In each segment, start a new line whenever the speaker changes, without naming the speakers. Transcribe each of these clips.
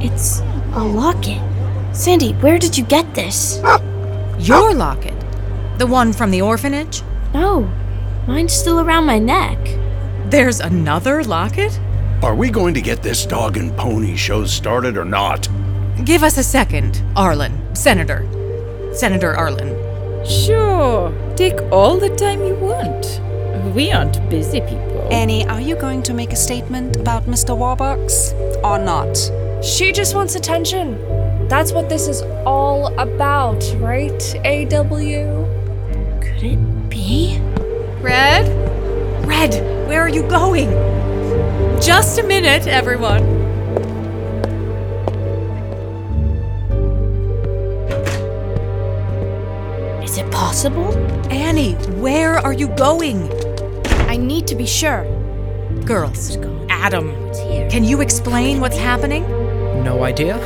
It's a locket. Sandy, where did you get this?
Your locket? The one from the orphanage?
No, mine's still around my neck.
There's another locket?
Are we going to get this dog and pony show started or not?
Give us a second, Arlen. Senator. Senator Arlen.
Sure, take all the time you want. We aren't busy people.
Annie, are you going to make a statement about Mr. Warbucks or not?
She just wants attention. That's what this is all about, right, AW?
Could it be?
Red? Red, where are you going? Just a minute, everyone.
Is it possible?
Annie, where are you going?
I need to be sure.
Girls, Adam,
It's here.
can you explain what's happening?
No idea.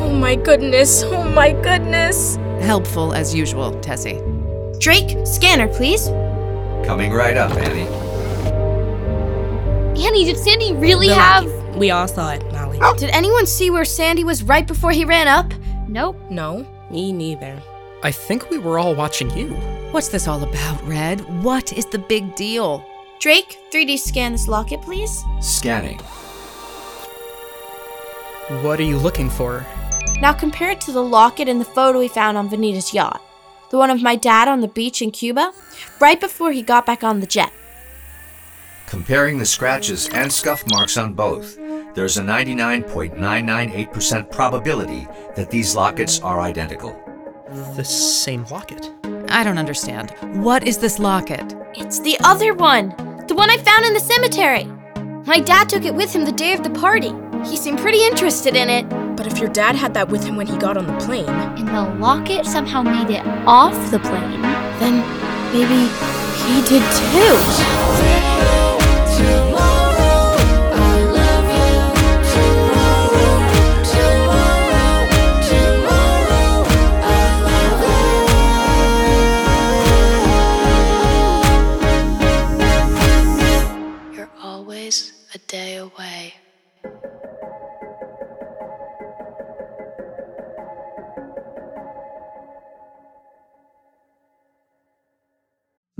Oh my goodness, oh my goodness.
Helpful as usual, Tessie.
Drake, scanner, please.
Coming right up, Annie.
Annie, did Sandy really have.
We all saw it, Molly.
Did anyone see where Sandy was right before he ran up?
Nope.
No, me neither.
I think we were all watching you.
What's this all about, Red? What is the big deal?
Drake, 3D scan this locket, please.
Scanning.
What are you looking for?
Now compare it to the locket in the photo we found on Vanita's yacht. The one of my dad on the beach in Cuba, right before he got back on the jet.
Comparing the scratches and scuff marks on both, there's a 99.998% probability that these lockets are identical.
The same locket.
I don't understand. What is this locket?
It's the other one! The one I found in the cemetery!
My dad took it with him the day of the party. He seemed pretty interested in it.
But if your dad had that with him when he got on the plane,
And the locket somehow made it off the plane. Then maybe he did too.
You're always a day away.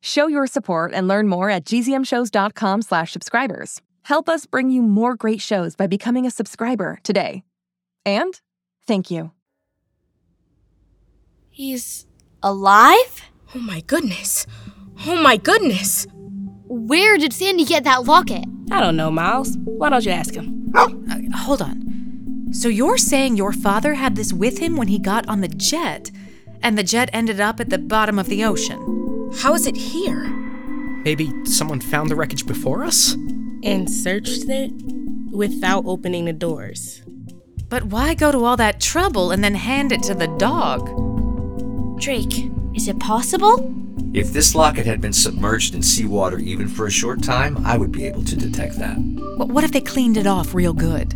Show your support and learn more at gzmshows.com slash subscribers. Help us bring you more great shows by becoming a subscriber today. And thank you.
He's alive?
oh my goodness. Oh my goodness.
Where did Sandy get that locket?
I don't know, Miles. Why don't you ask him?
Uh, hold on. So you're saying your father had this with him when he got on the jet, and the jet ended up at the bottom of the ocean?
How is it here?
Maybe someone found the wreckage before us?
And searched it without opening the doors.
But why go to all that trouble and then hand it to the dog?
Drake, is it possible?
If this locket had been submerged in seawater even for a short time, I would be able to detect that.
Wh- What if they cleaned it off real good?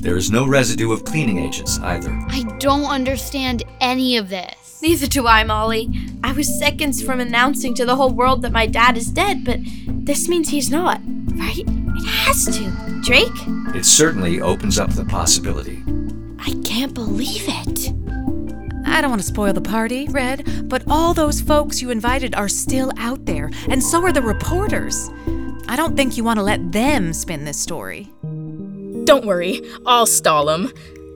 There is no residue of cleaning agents either.
I don't understand any of this.
Neither do I, Molly. I was seconds from announcing to the whole world that my dad is dead, but this means he's not, right? It has to. Drake,
It certainly opens up the possibility.
I can't believe it.
I don't want to spoil the party, Red, but all those folks you invited are still out there, and so are the reporters. I don't think you want to let them spin this story.
Don't worry, I'll stall him.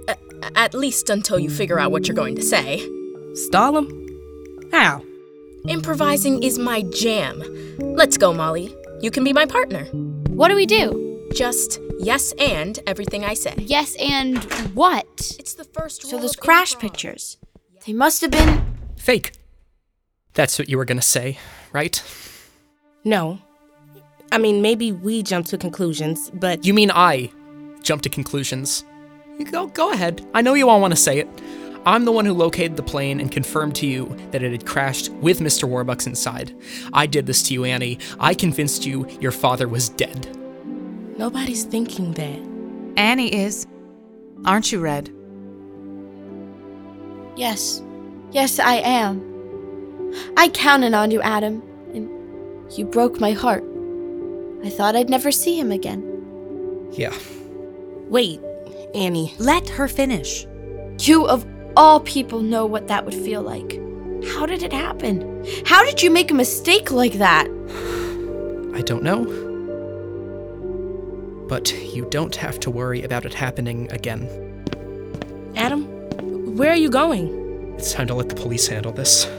A- at least until you figure out what you're going to say. Stall him? How? Improvising is my jam. Let's go, Molly. You can be my partner.
What do we do?
Just yes and everything I say.
Yes and what?
It's the first
So
rule
those
of
crash
improv.
pictures. They must have been.
Fake. That's what you were gonna say, right?
No. I mean, maybe we jump to conclusions, but
You mean I jump to conclusions? You Go, go ahead. I know you all want to say it. I'm the one who located the plane and confirmed to you that it had crashed with Mr. Warbucks inside. I did this to you, Annie. I convinced you your father was dead.
Nobody's thinking that.
Annie is. Aren't you, Red?
Yes. Yes, I am. I counted on you, Adam, and you broke my heart. I thought I'd never see him again.
Yeah.
Wait, Annie.
Let her finish.
You, of all people, know what that would feel like. How did it happen? How did you make a mistake like that?
I don't know. But you don't have to worry about it happening again.
Adam, where are you going?
It's time to let the police handle this.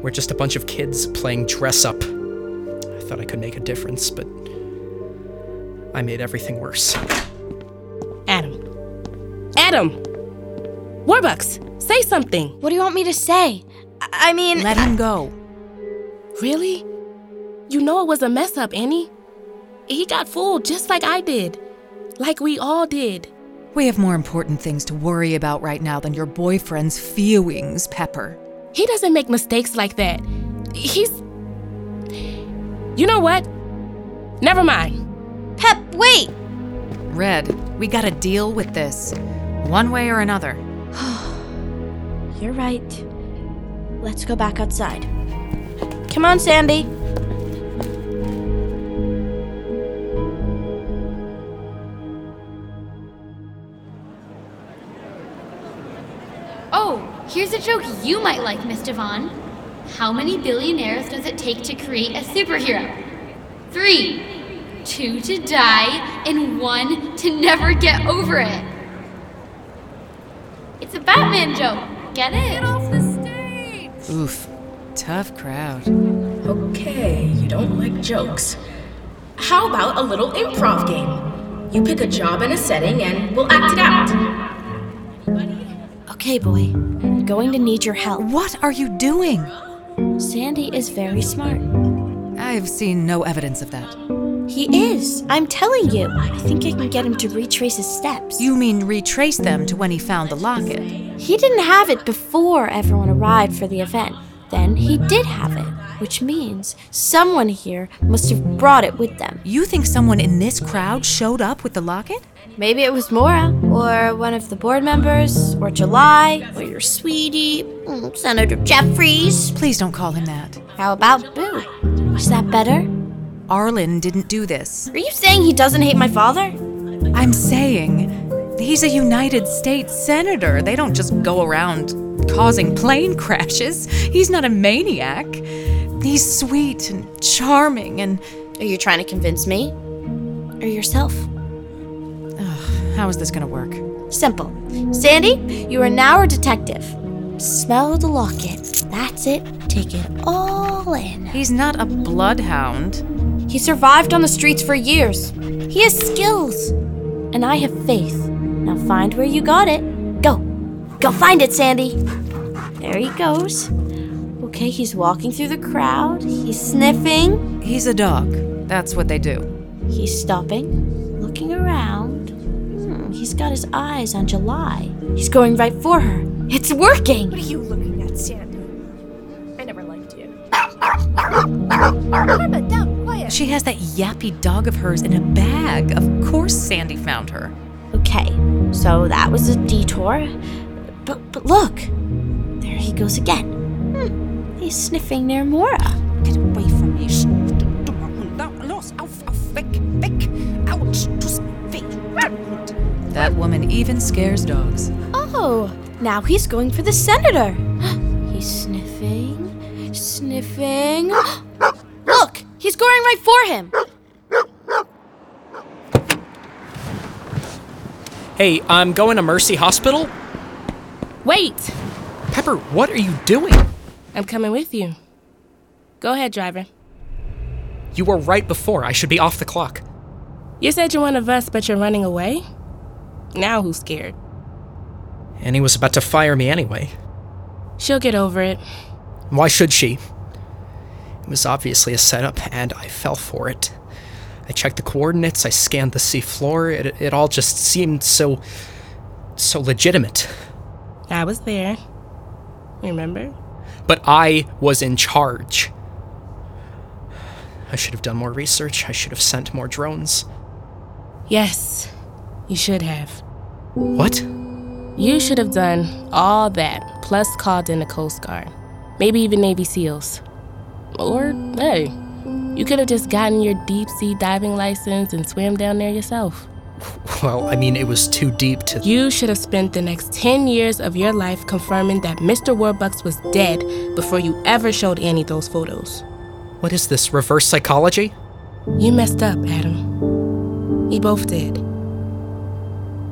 We're just a bunch of kids playing dress up. I thought I could make a difference, but I made everything worse.
Adam. Adam! Warbucks, say something.
What do you want me to say? I I mean,
Let him go.
Really? You know it was a mess up, Annie. He got fooled just like I did. Like we all did.
We have more important things to worry about right now than your boyfriend's feelings, Pepper.
He doesn't make mistakes like that. He's. You know what? Never mind.
Pep, wait!
Red, we gotta deal with this. One way or another.
You're right. Let's go back outside. Come on, Sandy.
Oh, here's a joke you might like, Mr. Vaughn. How many billionaires does it take to create a superhero? Three. Two to die, and one to never get over it. It's a Batman joke. Get it?
Oof. Tough crowd.
Okay, you don't like jokes. How about a little improv game? You pick a job and a setting, and we'll act it out.
Okay, boy. I'm going to need your help.
What are you doing?
Sandy is very smart.
I've seen no evidence of that.
He is. I'm telling you. I think I can get him to retrace his steps.
You mean retrace them to when he found the locket?
He didn't have it before everyone arrived for the event. Then he did have it, which means someone here must have brought it with them.
You think someone in this crowd showed up with the locket?
Maybe it was Mora, or one of the board members, or July, or your sweetie, mm, Senator Jeffries.
Please don't call him that.
How about Boo? Is that better?
Arlen didn't do this.
Are you saying he doesn't hate my father?
I'm saying he's a United States senator. They don't just go around causing plane crashes. He's not a maniac. He's sweet and charming and
Are you trying to convince me? Or yourself?
how is this going to work?
Simple. Sandy, you are now a detective. Smell the locket. That's it. Take it all in.
He's not a bloodhound.
He survived on the streets for years. He has skills. And I have faith. Now find where you got it. Go. Go find it, Sandy. There he goes. Okay, he's walking through the crowd. He's sniffing.
He's a dog. That's what they do.
He's stopping, looking around. Hmm, he's got his eyes on July. He's going right for her. It's working.
What are you looking at, Sandy? I never liked you. Peppa, down, quiet.
She has that yappy dog of hers in a bag. Of course, Sandy found her.
Okay, so that was a detour. But but look, there he goes again. Hmm, he's sniffing near Mora.
Get away from me. Sh- No, no, off, off, weg, weg. Ouch, just weg.
That woman even scares dogs.
Oh, now he's going for the senator. he's sniffing, sniffing. Look, he's going right for him.
Hey, I'm going to Mercy Hospital.
Wait!
Pepper, what are you doing?
I'm coming with you. Go ahead, driver.
You were right before. I should be off the clock.
You said you're one of us, but you're running away? Now who's scared?
Annie was about to fire me anyway.
She'll get over it.
Why should she? It was obviously a setup, and I fell for it. I checked the coordinates, I scanned the seafloor, it, it all just seemed so. so legitimate.
I was there. Remember?
but I was in charge. I should have done more research. I should have sent more drones.
Yes, you should have.
What?
You should have done all that, plus called in the Coast Guard. Maybe even Navy SEALs. Or, hey, you could have just gotten your deep sea diving license and swam down there yourself.
Well, I mean, it was too deep to.
You should have spent the next 10 years of your life confirming that Mr. Warbucks was dead before you ever showed Annie those photos.
What is this, reverse psychology?
You messed up, Adam. We both did.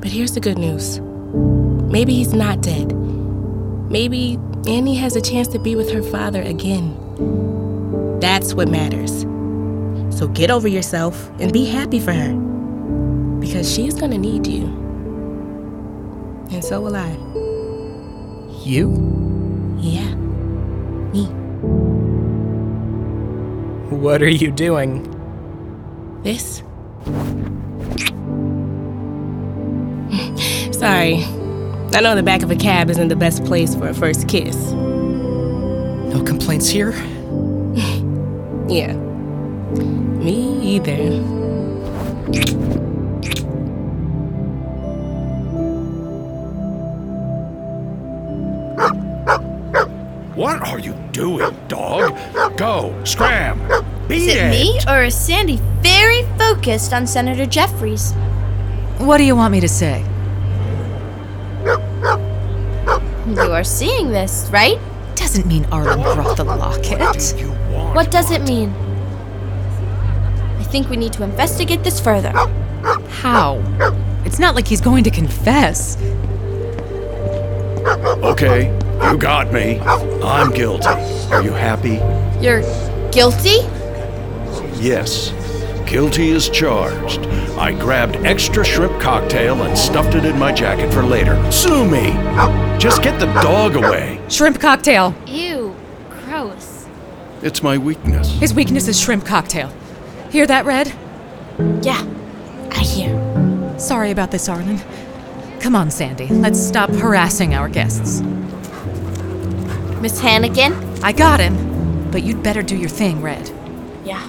But here's the good news maybe he's not dead. Maybe Annie has a chance to be with her father again. That's what matters. So get over yourself and be happy for her. Because she's gonna need you. And so will I.
You?
Yeah.
What are you doing?
This? Sorry. I know the back of a cab isn't the best place for a first kiss.
No complaints here?
Yeah. Me either.
What are you doing, dog? Go, scram! Beat
Is it me, or is Sandy very focused on Senator Jeffries?
What do you want me to say?
You are seeing this, right?
Doesn't mean Arlen brought the locket.
What does it mean? I think we need to investigate this further.
How? It's not like he's going to confess.
Okay, you got me. I'm guilty. Are you happy?
You're guilty?
Yes. Guilty as charged. I grabbed extra shrimp cocktail and stuffed it in my jacket for later. Sue me! Just get the dog away.
Shrimp cocktail.
Ew, gross.
It's my weakness.
His weakness is shrimp cocktail. Hear that, Red?
Yeah,
I hear. Sorry about this, Arlen. Come on, Sandy. Let's stop harassing our guests.
Miss Hannigan?
I got him. But you'd better do your thing, Red.
Yeah.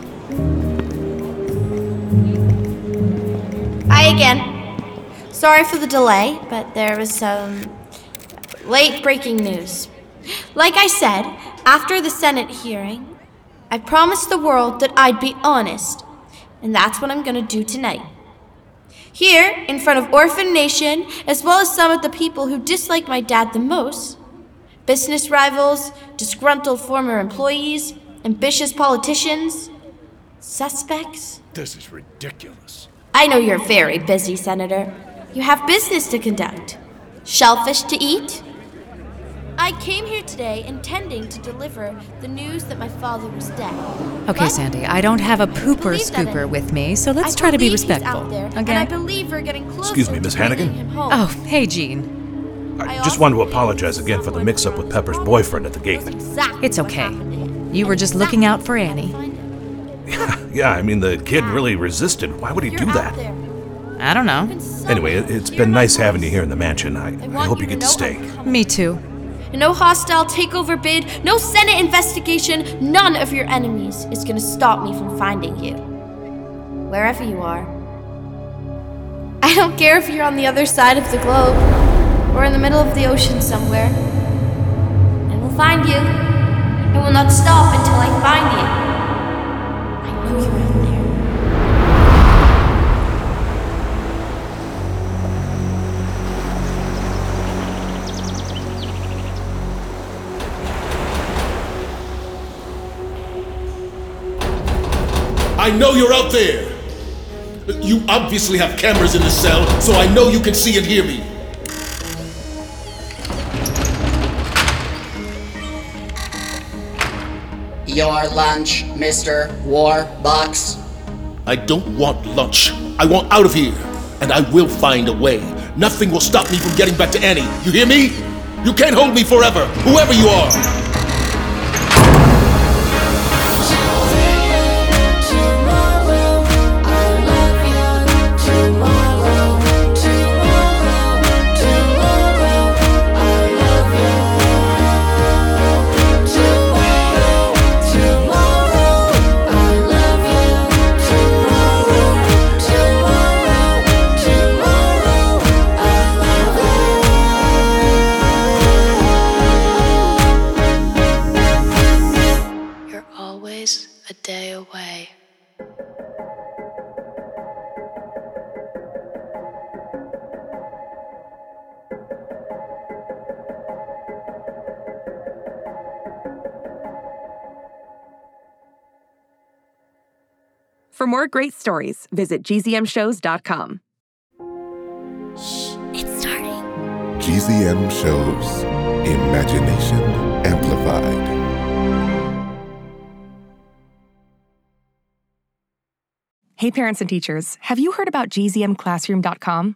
Hi again. Sorry for the delay, but there was some late breaking news. Like I said, after the Senate hearing, I promised the world that I'd be honest, and that's what I'm going to do tonight. Here, in front of Orphan Nation, as well as some of the people who dislike my dad the most business rivals, disgruntled former employees, ambitious politicians, suspects.
This is ridiculous.
I know you're very busy, Senator. You have business to conduct, shellfish to eat. I came here today intending to deliver the news that my father was dead.
Okay, Sandy, I don't have a pooper scooper with me, so let's try to be respectful.
And I believe we're getting close.
Excuse me, Miss Hannigan.
Oh, hey, Gene.
I just wanted to apologize again for the mix up with Pepper's boyfriend at the gate.
It's okay. You were just looking out for Annie.
Yeah, I mean, the kid really resisted. Why would he do that?
I don't know.
Anyway, it- it's been nice having you here in the mansion. I, I hope you get to stay.
Me too.
No hostile takeover bid, no Senate investigation, none of your enemies is going to stop me from finding you. Wherever you are. I don't care if you're on the other side of the globe or in the middle of the ocean somewhere. I will find you. I will not stop until I find you. I know you're out there.
I know you're out there. You obviously have cameras in the cell, so I know you can see and hear me.
Your lunch, Mr. Warbucks.
I don't want lunch. I want out of here. And I will find a way. Nothing will stop me from getting back to Annie. You hear me? You can't hold me forever, whoever you are.
Tomorrow, tomorrow, tomorrow, I
For more great stories, visit gzmshows.com.
GZM shows Imagination Amplified.
Hey, parents and teachers, have you heard about gzmclassroom.com?